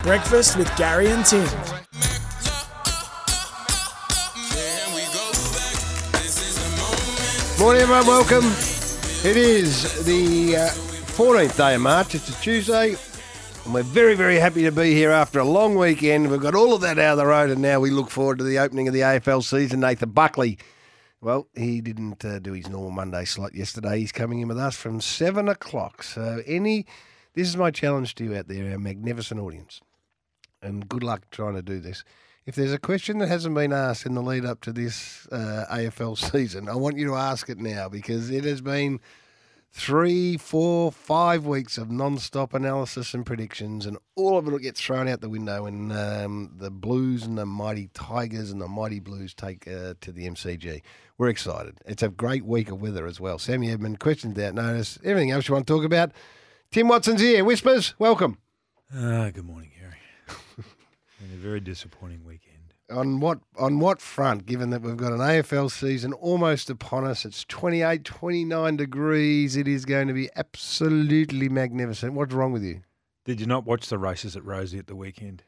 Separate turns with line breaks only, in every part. Breakfast with Gary and Tim.
Morning, everyone. Welcome. It is the uh, 14th day of March. It's a Tuesday, and we're very, very happy to be here after a long weekend. We've got all of that out of the road, and now we look forward to the opening of the AFL season. Nathan Buckley. Well, he didn't uh, do his normal Monday slot yesterday. He's coming in with us from seven o'clock. So, any, this is my challenge to you out there, our magnificent audience, and good luck trying to do this. If there's a question that hasn't been asked in the lead up to this uh, AFL season, I want you to ask it now because it has been three, four, five weeks of non-stop analysis and predictions, and all of it will get thrown out the window when um, the Blues and the mighty Tigers and the mighty Blues take uh, to the MCG. We're excited. It's a great week of weather as well. Sammy Edmund, questions out notice, everything else you want to talk about. Tim Watson's here. Whispers, welcome.
Ah, good morning, Gary. and a very disappointing weekend.
on what on what front given that we've got an AFL season almost upon us it's 28 29 degrees it is going to be absolutely magnificent what's wrong with you
Did you not watch the races at Rosie at the weekend?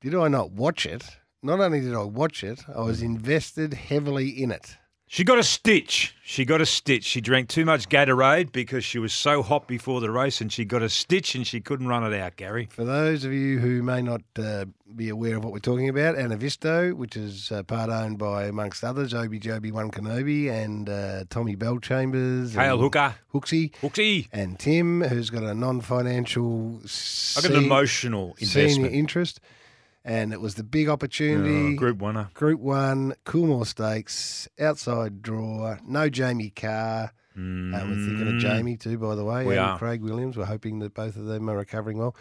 did I not watch it not only did I watch it I was invested heavily in it
She got a stitch. She got a stitch. She drank too much Gatorade because she was so hot before the race and she got a stitch and she couldn't run it out, Gary.
for those of you who may not uh, be aware of what we're talking about Anavisto which is uh, part owned by amongst others Obi Joby One Kenobi and uh, Tommy Bell Chambers
Hail
and
Hooker.
Hooksy
Hooksy.
and Tim, who's got a non-financial,
I got an emotional
senior
investment.
interest, and it was the big opportunity.
Uh, group winner.
Group one, Coolmore Stakes, outside draw, no Jamie Carr. Uh, we're thinking of Jamie too, by the way,
Mm. We
and
are.
Craig Williams. We're hoping that both of them are recovering well.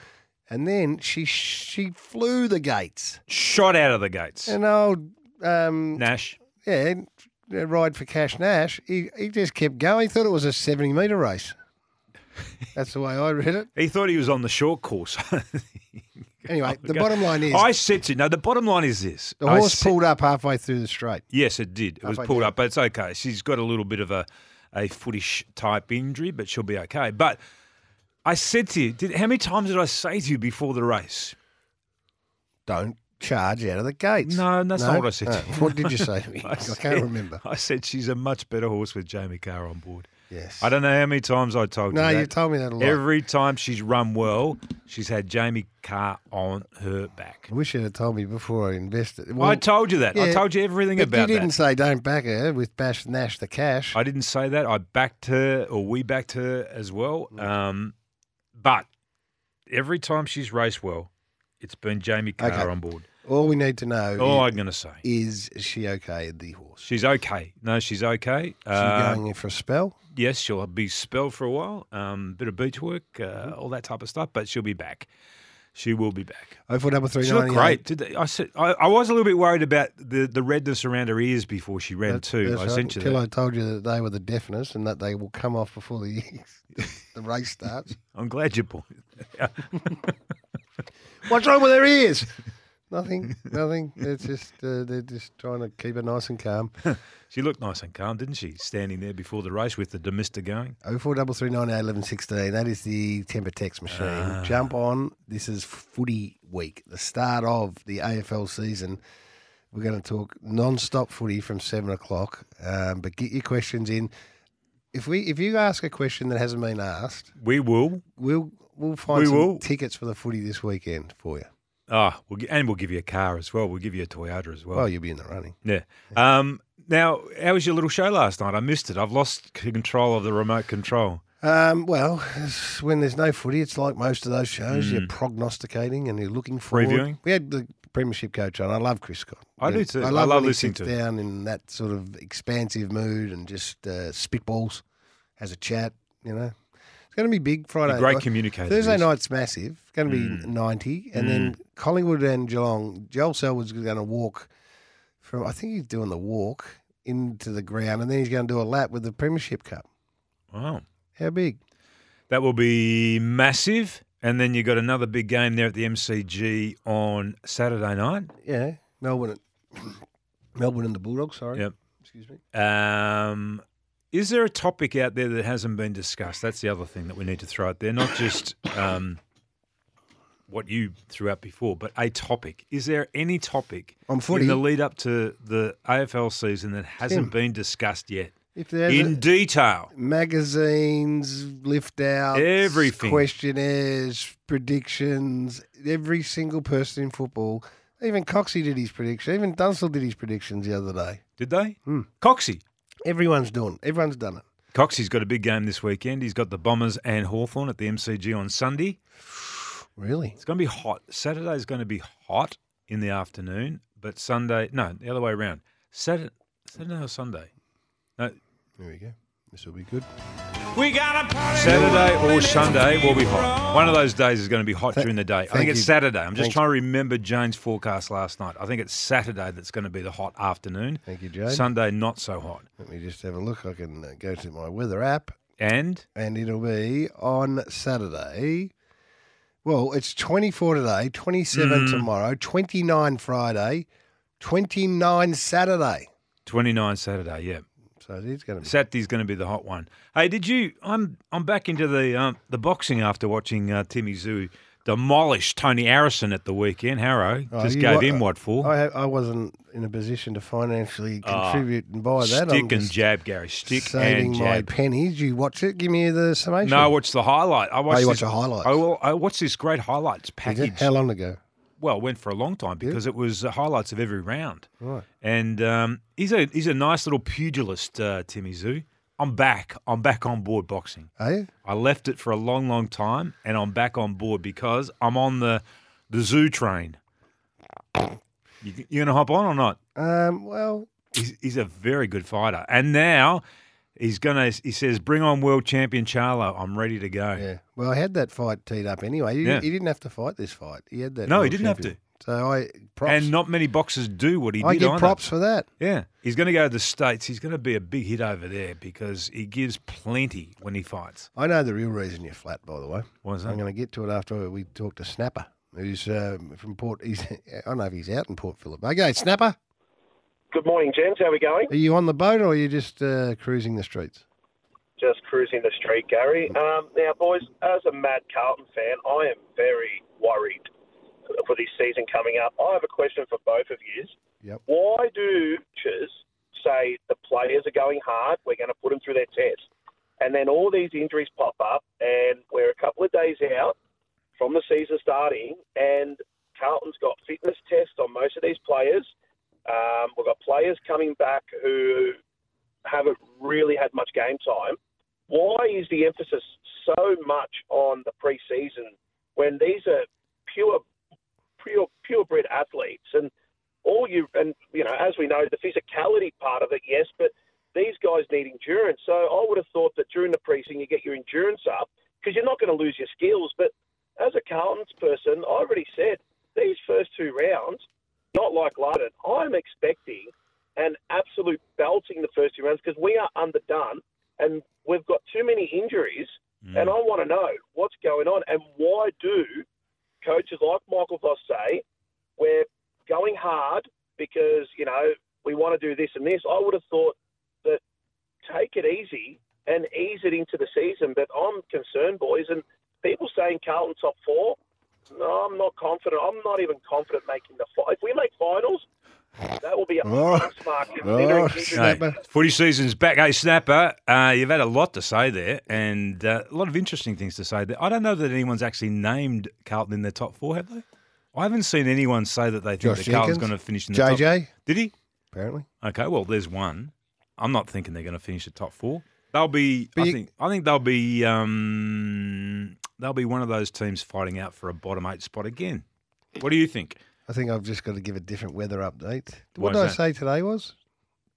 And then she she flew the gates,
Shot out of the gates.
and old um,
Nash.
yeah, uh, ride for Cash Nash. He he just kept going. He thought it was a seventy meter race. That's the way I read it.
He thought he was on the short course.
Anyway, the bottom line is
I said to no, the bottom line is this.
the
I
horse
said-
pulled up halfway through the straight.
Yes, it did. It was
Halfway
pulled
down.
up, but it's okay. She's got a little bit of a, a footish type injury, but she'll be okay. But I said to you, did, how many times did I say to you before the race?
Don't charge out of the gates.
No, that's not what I said
No. Oh,
to you.
What did you say to me? I,
said-
can't remember.
I said she's a much better horse with Jamie Carr on board.
Yes.
I don't know how many times I told
No,
you that.
you told me that a lot.
Every time she's run well, she's had Jamie Carr on her back.
I wish you'd have told me before I invested.
I told you that. I
yeah,
told you everything
but
about
You didn't
that.
say don't back her with Bash Nash the cash.
I didn't say that. I backed her, or we backed her as well.
Mm.
Um, but every time she's raced well, it's been Jamie Carr
Okay. Uh,
on board.
All we need to know
All
is,
I'm going to say,
is she okay, the horse?
she's okay. No, she's okay.
Is she
Uh,
going in for a spell?
yes, she'll be spelled for a while. Um, bit of beach work, uh,
Mm-hmm.
all that type of stuff. But she'll be back. She will be back.
Oh four double three
She
ninety
looked
eight.
great. Did they, I said I, I was a little bit worried about the, the redness around her ears before she ran
That's-
too.
that's
I
right,
sent you
Until
that.
I told you that they were the deafness and that they will come off before the the race starts.
I'm glad you pointed.
What's wrong with their ears? Nothing, nothing. It's just uh, they're just trying to keep it nice and calm.
She looked nice and calm, didn't she? Standing there before the race with the Demister going.
Oh four double three nine eight eleven sixteen. That is the temper text machine. Jump on. This is footy week, the start of the AFL season. We're going to talk non-stop footy from seven o'clock. Um, but get your questions in. If we if you ask a question that hasn't been asked,
We will.
we'll we'll find
We
some
will.
tickets for the footy this weekend for you.
Ah, we'll, gi- and we'll give you a car as well. We'll give you a Toyota as well.
Well, you'll be in the running.
yeah. Um, now, how was your little show last night? I missed it. I've lost c- control of the remote control.
Um, well, it's- when there's no footy, it's like most of those shows. You're prognosticating and you're looking forward.
Hmm. Previewing.
We had the premiership coach on. I love Chris Scott.
I do too. I love
when he
listening
sits
to him.
down in that sort of expansive mood and just uh, spitballs, has a chat. You know, it's Going to be big Friday.
great Hmm.
night.
communicator,
Thursday
is.
night's massive. Going to be 90. And then
Hmm.
Collingwood and Geelong, Joel Selwood's going to walk from, I think he's doing the walk into the ground and then he's going to do a lap with the Premiership Cup.
Wow.
How big?
That will be massive. And then you got another big game there at the MCG on Saturday night.
Yeah. Melbourne. Melbourne and the Bulldogs, sorry.
Yep.
Excuse me.
Um, is there a topic out there that hasn't been discussed? That's the other thing that we need to throw out there, not just um, what you threw out before, but a topic. Is there any topic
On footy?
in the lead up to the AFL season that hasn't been discussed yet
If there's
in
a-
detail?
magazines, lift outs,
Everything.
questionnaires, predictions. Every single person in football, even Coxie did his prediction. Even Dunstall did his predictions the other day.
Did they?
Hmm.
Coxie.
Everyone's doing. Everyone's done it.
Coxie's got a big game this weekend. He's got the Bombers and Hawthorn at the MCG on Sunday.
Really?
It's going to be hot. Saturday's going to be hot in the afternoon, but Sunday, no, the other way around. Saturday, Saturday or Sunday? No,
There we go. This will be good.
We got a party.
Saturday or Sunday will be hot. One of those days is going to be hot
Th-
during the day. I
thank
think it's
you.
Saturday. I'm just
Thanks.
trying to remember Jane's forecast last night. I think it's Saturday that's going to be the hot afternoon.
Thank you, Jane.
Sunday, not so hot.
Let me just have a look. I can uh, go to my weather app,
And
and it'll be on Saturday. Well, it's 24 today, 27
Mm.
tomorrow, 29 Friday, 29 Saturday.
29 Saturday, yeah.
So it is going to be.
Saturday's going to be the hot one. Hey, did you? I'm I'm back into the um, the boxing after watching uh, Timmy Zoo demolish Tony Harrison at the weekend. Harrow
Oh,
just
you-
gave
I-
him what for?
I, I wasn't in a position to financially contribute and buy that. I'm
Ah, Stick and
just
jab, Gary. Stick
saving
and
my
jab.
pennies. You watch it. Give me the summation.
No, I watched the highlight. I watched
Oh, you watch
this,
the highlights.
I, wa- I watched this great highlights
Is it?
package.
How long ago?
well, it went for a long time because it was the highlights of every round.
Right.
And um, he's a he's a nice little pugilist, uh, Timmy Zoo. I'm back. I'm back on board boxing.
Are you?
I left it for a long, long time, and I'm back on board because I'm on the the zoo train. You, you gonna hop on or not?
Um, well,
He's, he's a very good fighter, and now he's gonna. He says, "Bring on world champion Charlo. I'm ready to go."
yeah. Well, I had that fight teed up anyway. He,
Yeah.
he didn't have to fight this fight. He had that.
No, he
world
didn't have
champion. So I props.
And not many boxers do what he
I
did
give
either.
props for that.
Yeah, he's going to go to the states. He's going to be a big hit over there because he gives plenty when he fights.
I know the real reason you're flat, by the way.
Why's that?
I'm going to get to it after we talk to Snapper, who's um, from Port. He's, I don't know if he's out in Port Phillip. Okay, Snapper,
Good morning, gents. How are we going?
are you on the boat or are you just uh, cruising the streets?
Just cruising the street, Gary. Um, now, boys, as a mad Carlton fan, I am very worried for this season coming up. I have a question for both of you.
Yep.
Why do coaches say the players are going hard, we're going to put them through their test, and then all these injuries pop up, and we're a couple of days out from the season starting, and Carlton's got fitness tests on most of these players. Um, we've got players coming back who haven't really had much game time. Why is the emphasis so much on the preseason when these are pure, pure, purebred athletes and all you and you know as we know the physicality part of it, yes, but these guys need endurance. So I would have thought that during the preseason you get your endurance up because you're not going to lose your skills. But as a Carlton's person, I already said these first two rounds, not like London. I'm expecting an absolute belting the first two rounds because we are underdone and we've got too many injuries. And I want to know what's going on and why do coaches like Michael Voss say we're going hard because you know we want to do this and this. I would have thought that take it easy and ease it into the season. But I'm concerned, boys, and people saying Carlton top four. No, I'm not confident. I'm not even confident making the fi If we make finals, that will be a
Oh.
plus mark.
Oh,
considering injuries.
Hey,
Snapper.
footy season's back. Hey, Snapper, uh, you've had a lot to say there and uh, a lot of interesting things to say there. I don't know that anyone's actually named Carlton in their top four, have they? I haven't seen anyone say that they think
Josh
that
Jenkins?
Carlton's going to finish in the top.
JJ,
Did he?
apparently.
Okay, well, there's one. I'm not thinking they're going to finish the top four. They'll be.
But
I
you-
think. I think they'll be. Um, they'll be one of those teams fighting out for a bottom eight spot again. What do you think?
I think I've just got to give a different weather update.
Why's
What did I
that?
say today was?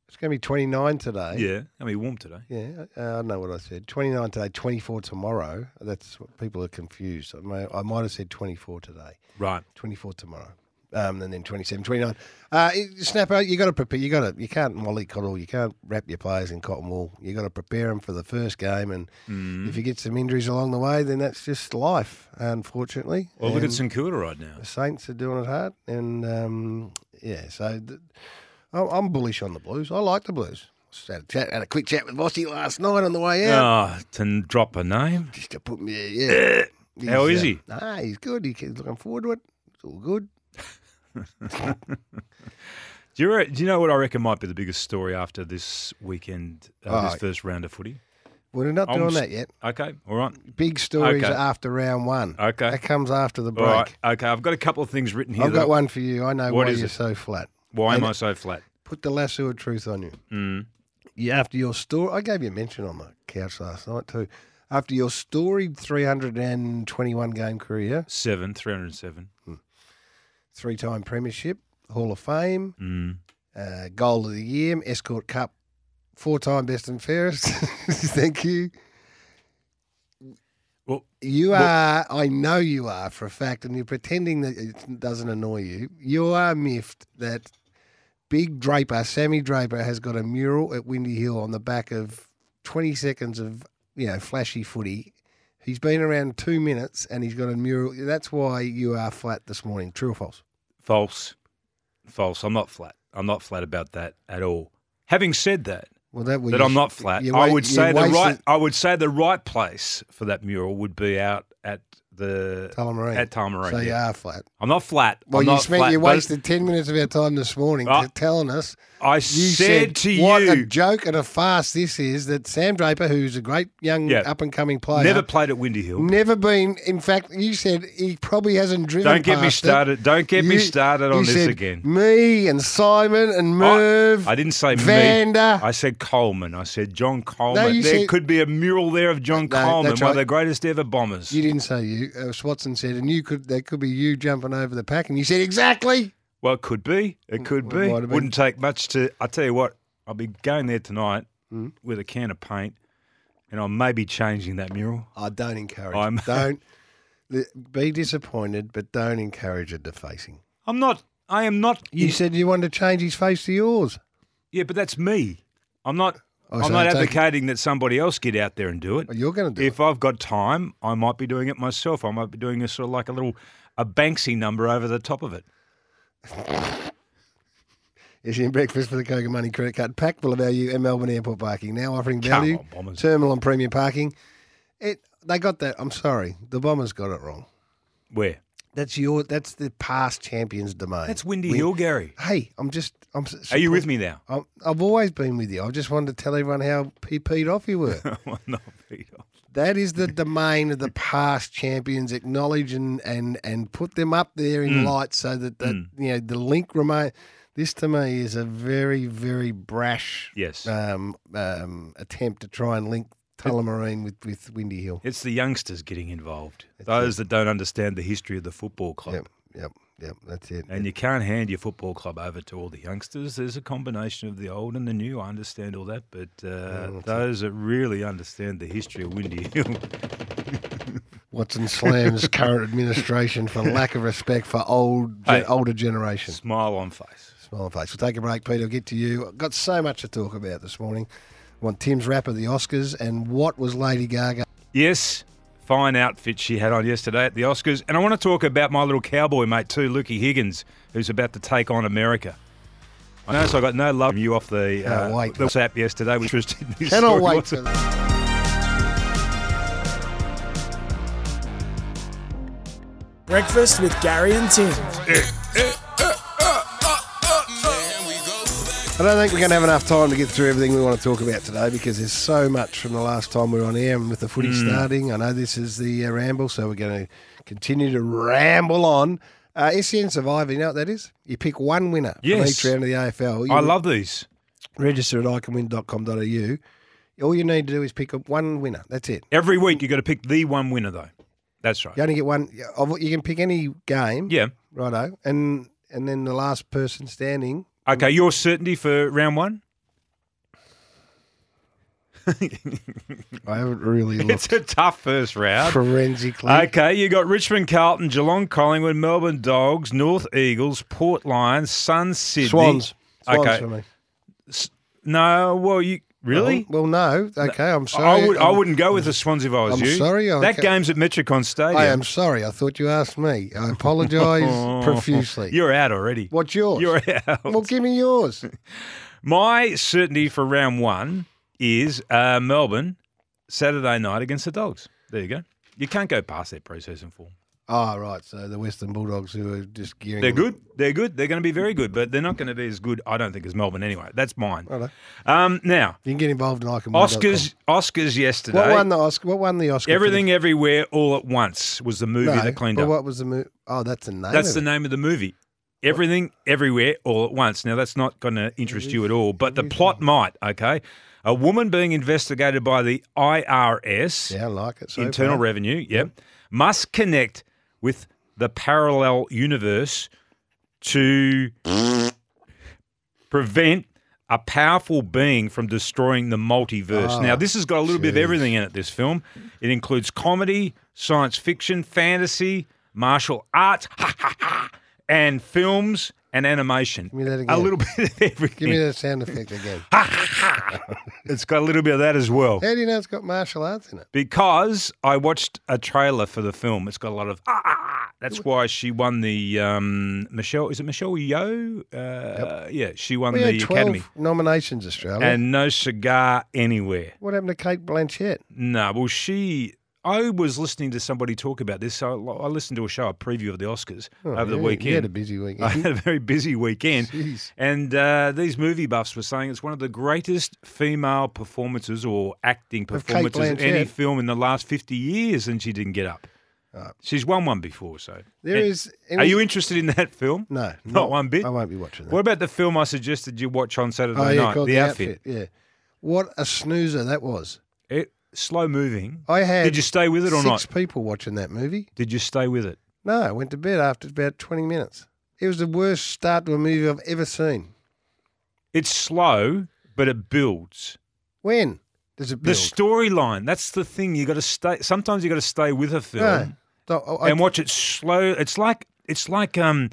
It's going to be 29 today.
Yeah. I mean, warm today.
Yeah, uh, I don't know what I said. 29 today, 24 tomorrow. That's what people are confused. I, may, I might have said 24 today,
Right.
24 tomorrow, um, and then 27, 29. Uh, it- snapper, you got to prepare. You got to. You can't mollycoddle. You can't wrap your players in cotton wool. You got to prepare them for the first game, and
Mm.
if you get some injuries along the way, then that's just life, unfortunately.
Well, look at
And-
St Kilda right now.
the Saints are doing it hard, and um, yeah, so th- I'm I'm bullish on the Blues. I like the Blues. Just Had a, chat, had a quick chat with Vossi last night on the way out,
Ah, to n- drop a name.
just to put me. Yeah,
How
He's, uh,
is he?
Nah, he's good. He- He's looking forward to it. It's all good.
Do you, re- do you know what I reckon might be the biggest story after this weekend, uh,
Oh.
this first round of footy?
We're not
I'm
doing
s-
that yet.
Okay, all right.
Big stories
Okay.
are after round one.
Okay.
that comes after the
All
break.
right. Okay, I've got a couple of things written here.
I've
that-
got one for you. I know
What
why
is
you're
it?
so flat.
Why am I so flat?
Put the lasso of truth on you.
Mm.
you, after your story, I gave you a mention on the couch last night too. After your storied 321 game career,
Seven, 307.
three time Premiership, Hall of Fame,
Mm.
uh, Goal of the Year, Escort Cup, four time Best and Fairest. Thank you.
Well,
You are, I know you are for a fact, and you're pretending that it doesn't annoy you. You are miffed that Big Draper, Sammy Draper, has got a mural at Windy Hill on the back of 20 seconds of, you know, flashy footy. He's been around two minutes and he's got a mural. That's why you are flat this morning. True or false?
False. False. I'm not flat. I'm not flat about that at all. Having said that,
Well, that, well,
that
you
I'm
sh-
not flat.
you
I
wa-
would
you
say the
wasted-
right. I would say the right place for that mural would be out at the
Tullamarine.
at Tullamarine.
So you
yeah.
are flat.
I'm not flat.
Well,
I'm
you
not
spent
flat,
you
but
wasted ten minutes of our time this morning
Ah.
t- telling us.
I
You
said, to
what a
you,
joke and a farce this is that Sam Draper, who's a great young
Yeah.
up and coming player,
never played at Windy Hill.
never been. In fact, you said he probably hasn't driven.
Don't get me
past it.
started. Don't get me
You-
started on
you
this
said,
again.
Me and Simon and Merv.
I didn't say
Vander.
me. I said Coleman. I said John Coleman.
you
there
said-
could be a mural there of John
No,
Coleman,
that's
one of
right.
the greatest ever bombers.
you didn't say you. Uh, Swatson said, and you could. That could be you jumping over the pack, and you said exactly.
Well, it could be. It could
Mm, well, it
be.
might have been.
Wouldn't take much to. I tell you what, I'll be going there tonight
Mm.
with a can of paint, and I may be changing that mural.
I don't encourage.
I'm-
Don't li- be disappointed, but don't encourage a defacing.
I'm not. I am not.
You said you wanted to change his face to yours.
yeah, but that's me. I'm not.
Oh,
I'm
so
not
it's okay.
advocating that somebody else get out there and do it.
Well, you're going to do
If I've got time, I might be doing it myself. I might be doing a sort of like a little a Banksy number over the top of it.
it. It's in breakfast for the Coca Money credit card pack will allow you at Melbourne Airport parking. Now offering
Come
value,
on, Bombers.
terminal and premium parking. It they got that. I'm sorry, the Bombers got it wrong.
Where?
That's your. That's the past champions domain.
That's Windy
We-
Hill, Gary.
Hey, I'm just. I'm.
Are you with me now?
I'm, I've always been with you. I just wanted to tell everyone how p- peed off you were.
Well, no, Peter.
That is the domain of the past champions. Acknowledge and and, and put them up there
Mm.
in light so that the, you know the link remain. This to me is a very very brash
Yes.
um, um, attempt to try and link Tullamarine with with Windy Hill.
It's the youngsters getting involved. Those that don't understand the history of the football club.
Yep, yep, yep. That's it.
And you can't hand your football club over to all the youngsters. There's a combination of the old and the new. I understand all that, but uh, those that really understand the history of Windy Hill,
Watson slams current administration for lack of respect for old
Hey.
older generation.
smile on face.
Smile and face. We'll take a break, Peter. We'll get to you. I've got so much to talk about this morning. I want Tim's wrap of the Oscars and what was Lady Gaga?
Yes, fine outfit she had on yesterday at the Oscars. And I want to talk about my little cowboy mate too, Lukey Higgins, who's about to take on America. I notice I got no love from you off the,
Can't
uh,
wait.
the WhatsApp yesterday, which was this
Cannot
story
wait.
wasn't-
For that.
Breakfast with Gary and Tim.
I don't think we're going to have enough time to get through everything we want to talk about today because there's so much from the last time we were on air and with the footy
Mm.
starting. I know this is the uh, ramble, so we're going to continue to ramble on. Uh, SEN Survivor, you know what that is? You pick one winner
Yes.
from each round of the AFL. You
I love these.
register at iCanWin.com.au. All you need to do is pick up one winner. That's it.
Every week you got to pick the one winner though. That's right.
You only get one. of- You can pick any game.
Yeah.
Righto. And and then the last person standing.
Okay, your certainty for round one?
I haven't really looked
It's a tough first round.
forensically.
Okay, you got Richmond, Carlton, Geelong, Collingwood, Melbourne Dogs, North Eagles, Port Lions, Sun Sydney.
Swans. Swans
Okay.
for me.
No, well, you really?
Well, no. Okay, I'm sorry.
I would. I
I'm-
wouldn't go with the Swans if I was
I'm
you.
sorry, I
that
ca-
game's at Metricon Stadium.
I am sorry. I thought you asked me. I apologise profusely.
Oh. You're out already.
What's yours?
You're out.
well, give me yours.
My certainty for round one is uh, Melbourne Saturday night against the Dogs. There you go. You can't go past their pre-season form.
Ah, right. So the Western Bulldogs who are just gearing.
They're good. They're good. They're going to be very good, but they're not going to be as good, I don't think, as Melbourne anyway. That's mine.
Righto.
Um, now,
You can get involved in Icon.
Oscars. Oscars yesterday.
What won the Oscar? What won the Oscar? for
Everything, everywhere, all at once was the
the-
movie
No,
that cleaned
but
up.
what was the movie? Oh, that's the name.
That's
of
the
it.
name of the movie. Everything, everywhere, all at once. Now, that's not going to interest you at all, but the plot might, okay? A woman being investigated by the IRS,
Yeah, I like it. So
Internal
far.
Revenue, yep, must connect with the parallel universe to prevent a powerful being from destroying the multiverse.
Ah,
now, this has got a little bit of everything in it, this film. It includes comedy, science fiction, fantasy, martial arts, and films and animation.
me that
A
again.
little bit of
Give me
everything.
that sound effect again.
It's got a little bit of that as well.
How do you know it's got martial arts in it?
Because I watched a trailer for the film. It's got a lot of ah. ah, ah. That's why she won the um, Michelle. Is it Michelle Yeoh? Uh, Yeah, she won
We
the
had twelve
Academy.
nominations, Australia.
And no cigar anywhere.
what happened to Kate Blanchett?
No, well, she. I was listening to somebody talk about this. So I I listened to a show, a preview of the Oscars
Oh,
over the
yeah,
weekend.
You had a busy
I
weekend.
had a very busy weekend.
Jeez.
And uh, these movie buffs were saying it's one of the greatest female performances or acting
Of Kate
performances of any
Blanchett.
film in the last 50 years, and she didn't get up. She's won one before, so.
Uh, There
Eh,
is.
Are you interested in that film?
No,
Not, one bit.
I won't be watching that.
What about the film I suggested you watch on Saturday
oh, yeah,
night?
called Yeah. What a snoozer that was.
It, slow moving.
I had.
Did you stay with it or
six
not?
people watching that movie.
Did you stay with it?
No, I went to bed after about twenty minutes. It was the worst start to a movie I've ever seen.
It's slow, but it builds.
When does it
The
build?
storyline. That's the thing. You got to stay. Sometimes you got to stay with a film.
No. So, I- I-
and watch it slow. It's like it's like um,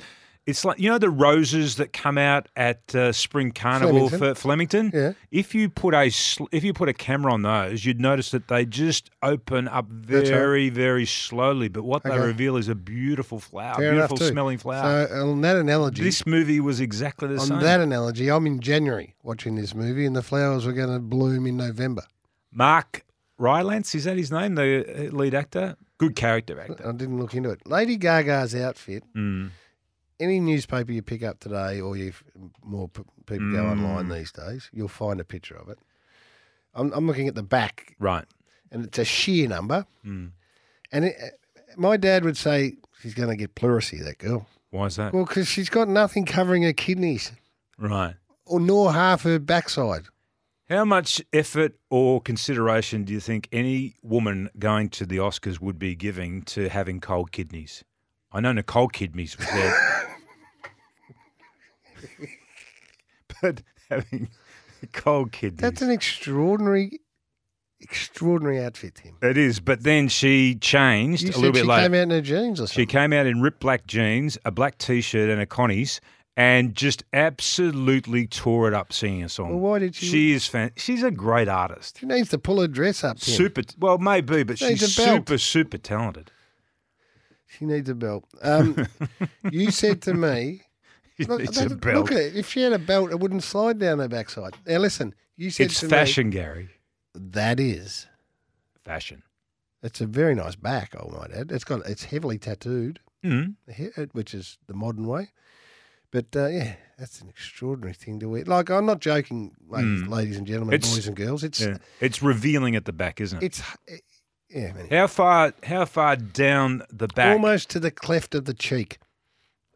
it's like you know the roses that come out at uh, Spring Carnival
Flemington.
for Flemington.
Yeah.
If you put a sl- if you put a camera on those, you'd notice that they just open up
right.
very very slowly. But what they
Okay.
reveal is a beautiful flower,
fair enough
beautiful
too.
smelling flower.
So on that analogy,
this movie was exactly the
on
same.
that analogy, I'm in January watching this movie, and the flowers were going to bloom in November.
Mark Rylance is that his name? The uh, lead actor, good character actor.
I didn't look into it. Lady Gaga's outfit.
Mm.
Any newspaper you pick up today, or you more p- people go
Mm.
online these days, you'll find a picture of it. I'm, I'm looking at the back,
Right.
and it's a sheer number.
Mm.
And it, uh, my dad would say she's going to get pleurisy. That girl,
Why is that?
well, because she's got nothing covering her kidneys,
Right.
or nor half her backside.
How much effort or consideration do you think any woman going to the Oscars would be giving to having cold kidneys? I know Nicole Kidneys was there. but having cold kidneys.
That's an extraordinary, extraordinary outfit, Tim.
it is, but then she changed
You
a little
said
bit
she
later.
came out in her jeans or something.
She came out in ripped black jeans, a black t shirt, and a Connie's, and just absolutely tore it up singing a song.
Well, why did she-
She is fan- She's a great artist.
She needs to pull her dress up. Tim.
Super. Well, maybe, but
Needs
she's
a belt.
super, super talented.
She needs a belt. Um, you said to me,
She
look,
needs
that-
a belt.
look at it. If she had a belt, it wouldn't slide down her backside. Now listen, you said
it's
to
fashion, Gary.
Me, that is,
Fashion.
it's a very nice back. I might add. It's got it's heavily tattooed,
Mm.
he- uh, which is the modern way. But uh, yeah, that's an extraordinary thing to wear. Like I'm not joking, ladies, ladies and gentlemen,
Hmm. It's-
boys and girls. It's
Yeah. It's revealing at the back, isn't it?
it's it- yeah, man.
how far? How far down the back?
almost to the cleft of the cheek,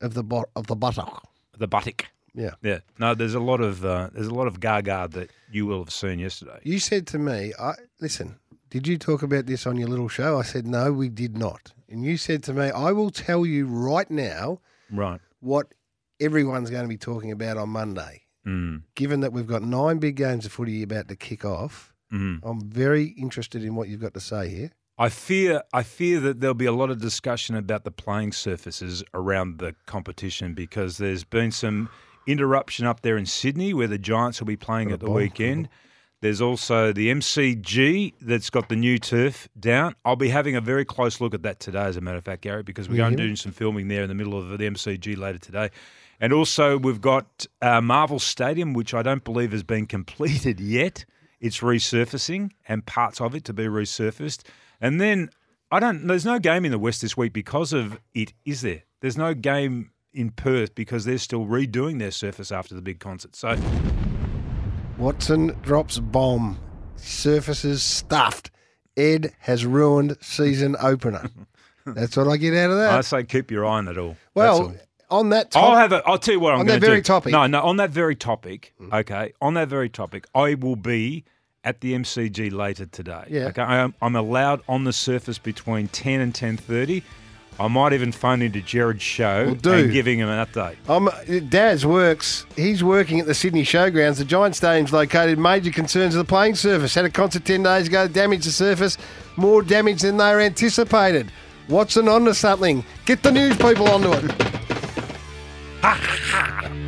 of the bo- of the buttock.
the buttock.
Yeah.
Yeah. No, there's a lot of uh, there's a lot of gaga that you will have seen yesterday.
You said to me, I listen, did you talk about this on your little show? I said, No, we did not. And you said to me, I will tell you right now
Right.
what everyone's going to be talking about on Monday.
Mm.
Given that we've got nine big games of footy about to kick off,
Hmm.
I'm very interested in what you've got to say here.
I fear I fear that there'll be a lot of discussion about the playing surfaces around the competition because there's been some interruption up there in Sydney where the Giants will be playing at the weekend. There's also the MCG that's got the new turf down. I'll be having a very close look at that today, as a matter of fact, Gary, because we're going to do some filming there in the middle of the MCG later today. And also, we've got uh, Marvel Stadium, which I don't believe has been completed yet. It's resurfacing and parts of it to be resurfaced. And then I don't. There's no game in the West this week because of it, is there? There's no game in Perth because they're still redoing their surface after the big concert. So
Watson drops bomb. Surfaces stuffed. Ed has ruined season opener. That's what I get out of that.
I say keep your eye on it all. That's all.
well, on that
I'll
topic,
have a. I'll tell you what I'm
On
going
that
to
very
do.
topic. Mm-hmm.
No, no. On that very topic. Okay. On that very topic, I will be at the MCG later today.
Yeah.
Okay. I am, I'm allowed on the surface between ten and ten thirty. I might even phone into Jared's show
Well, do.
and giving him an update.
I'm, Daz works. He's working at the Sydney Showgrounds. The Giant Stadium's located. Major concerns of the playing surface. Had a concert ten days ago. Damaged the surface. More damage than they were anticipated. Watson onto something. Get the news people onto it.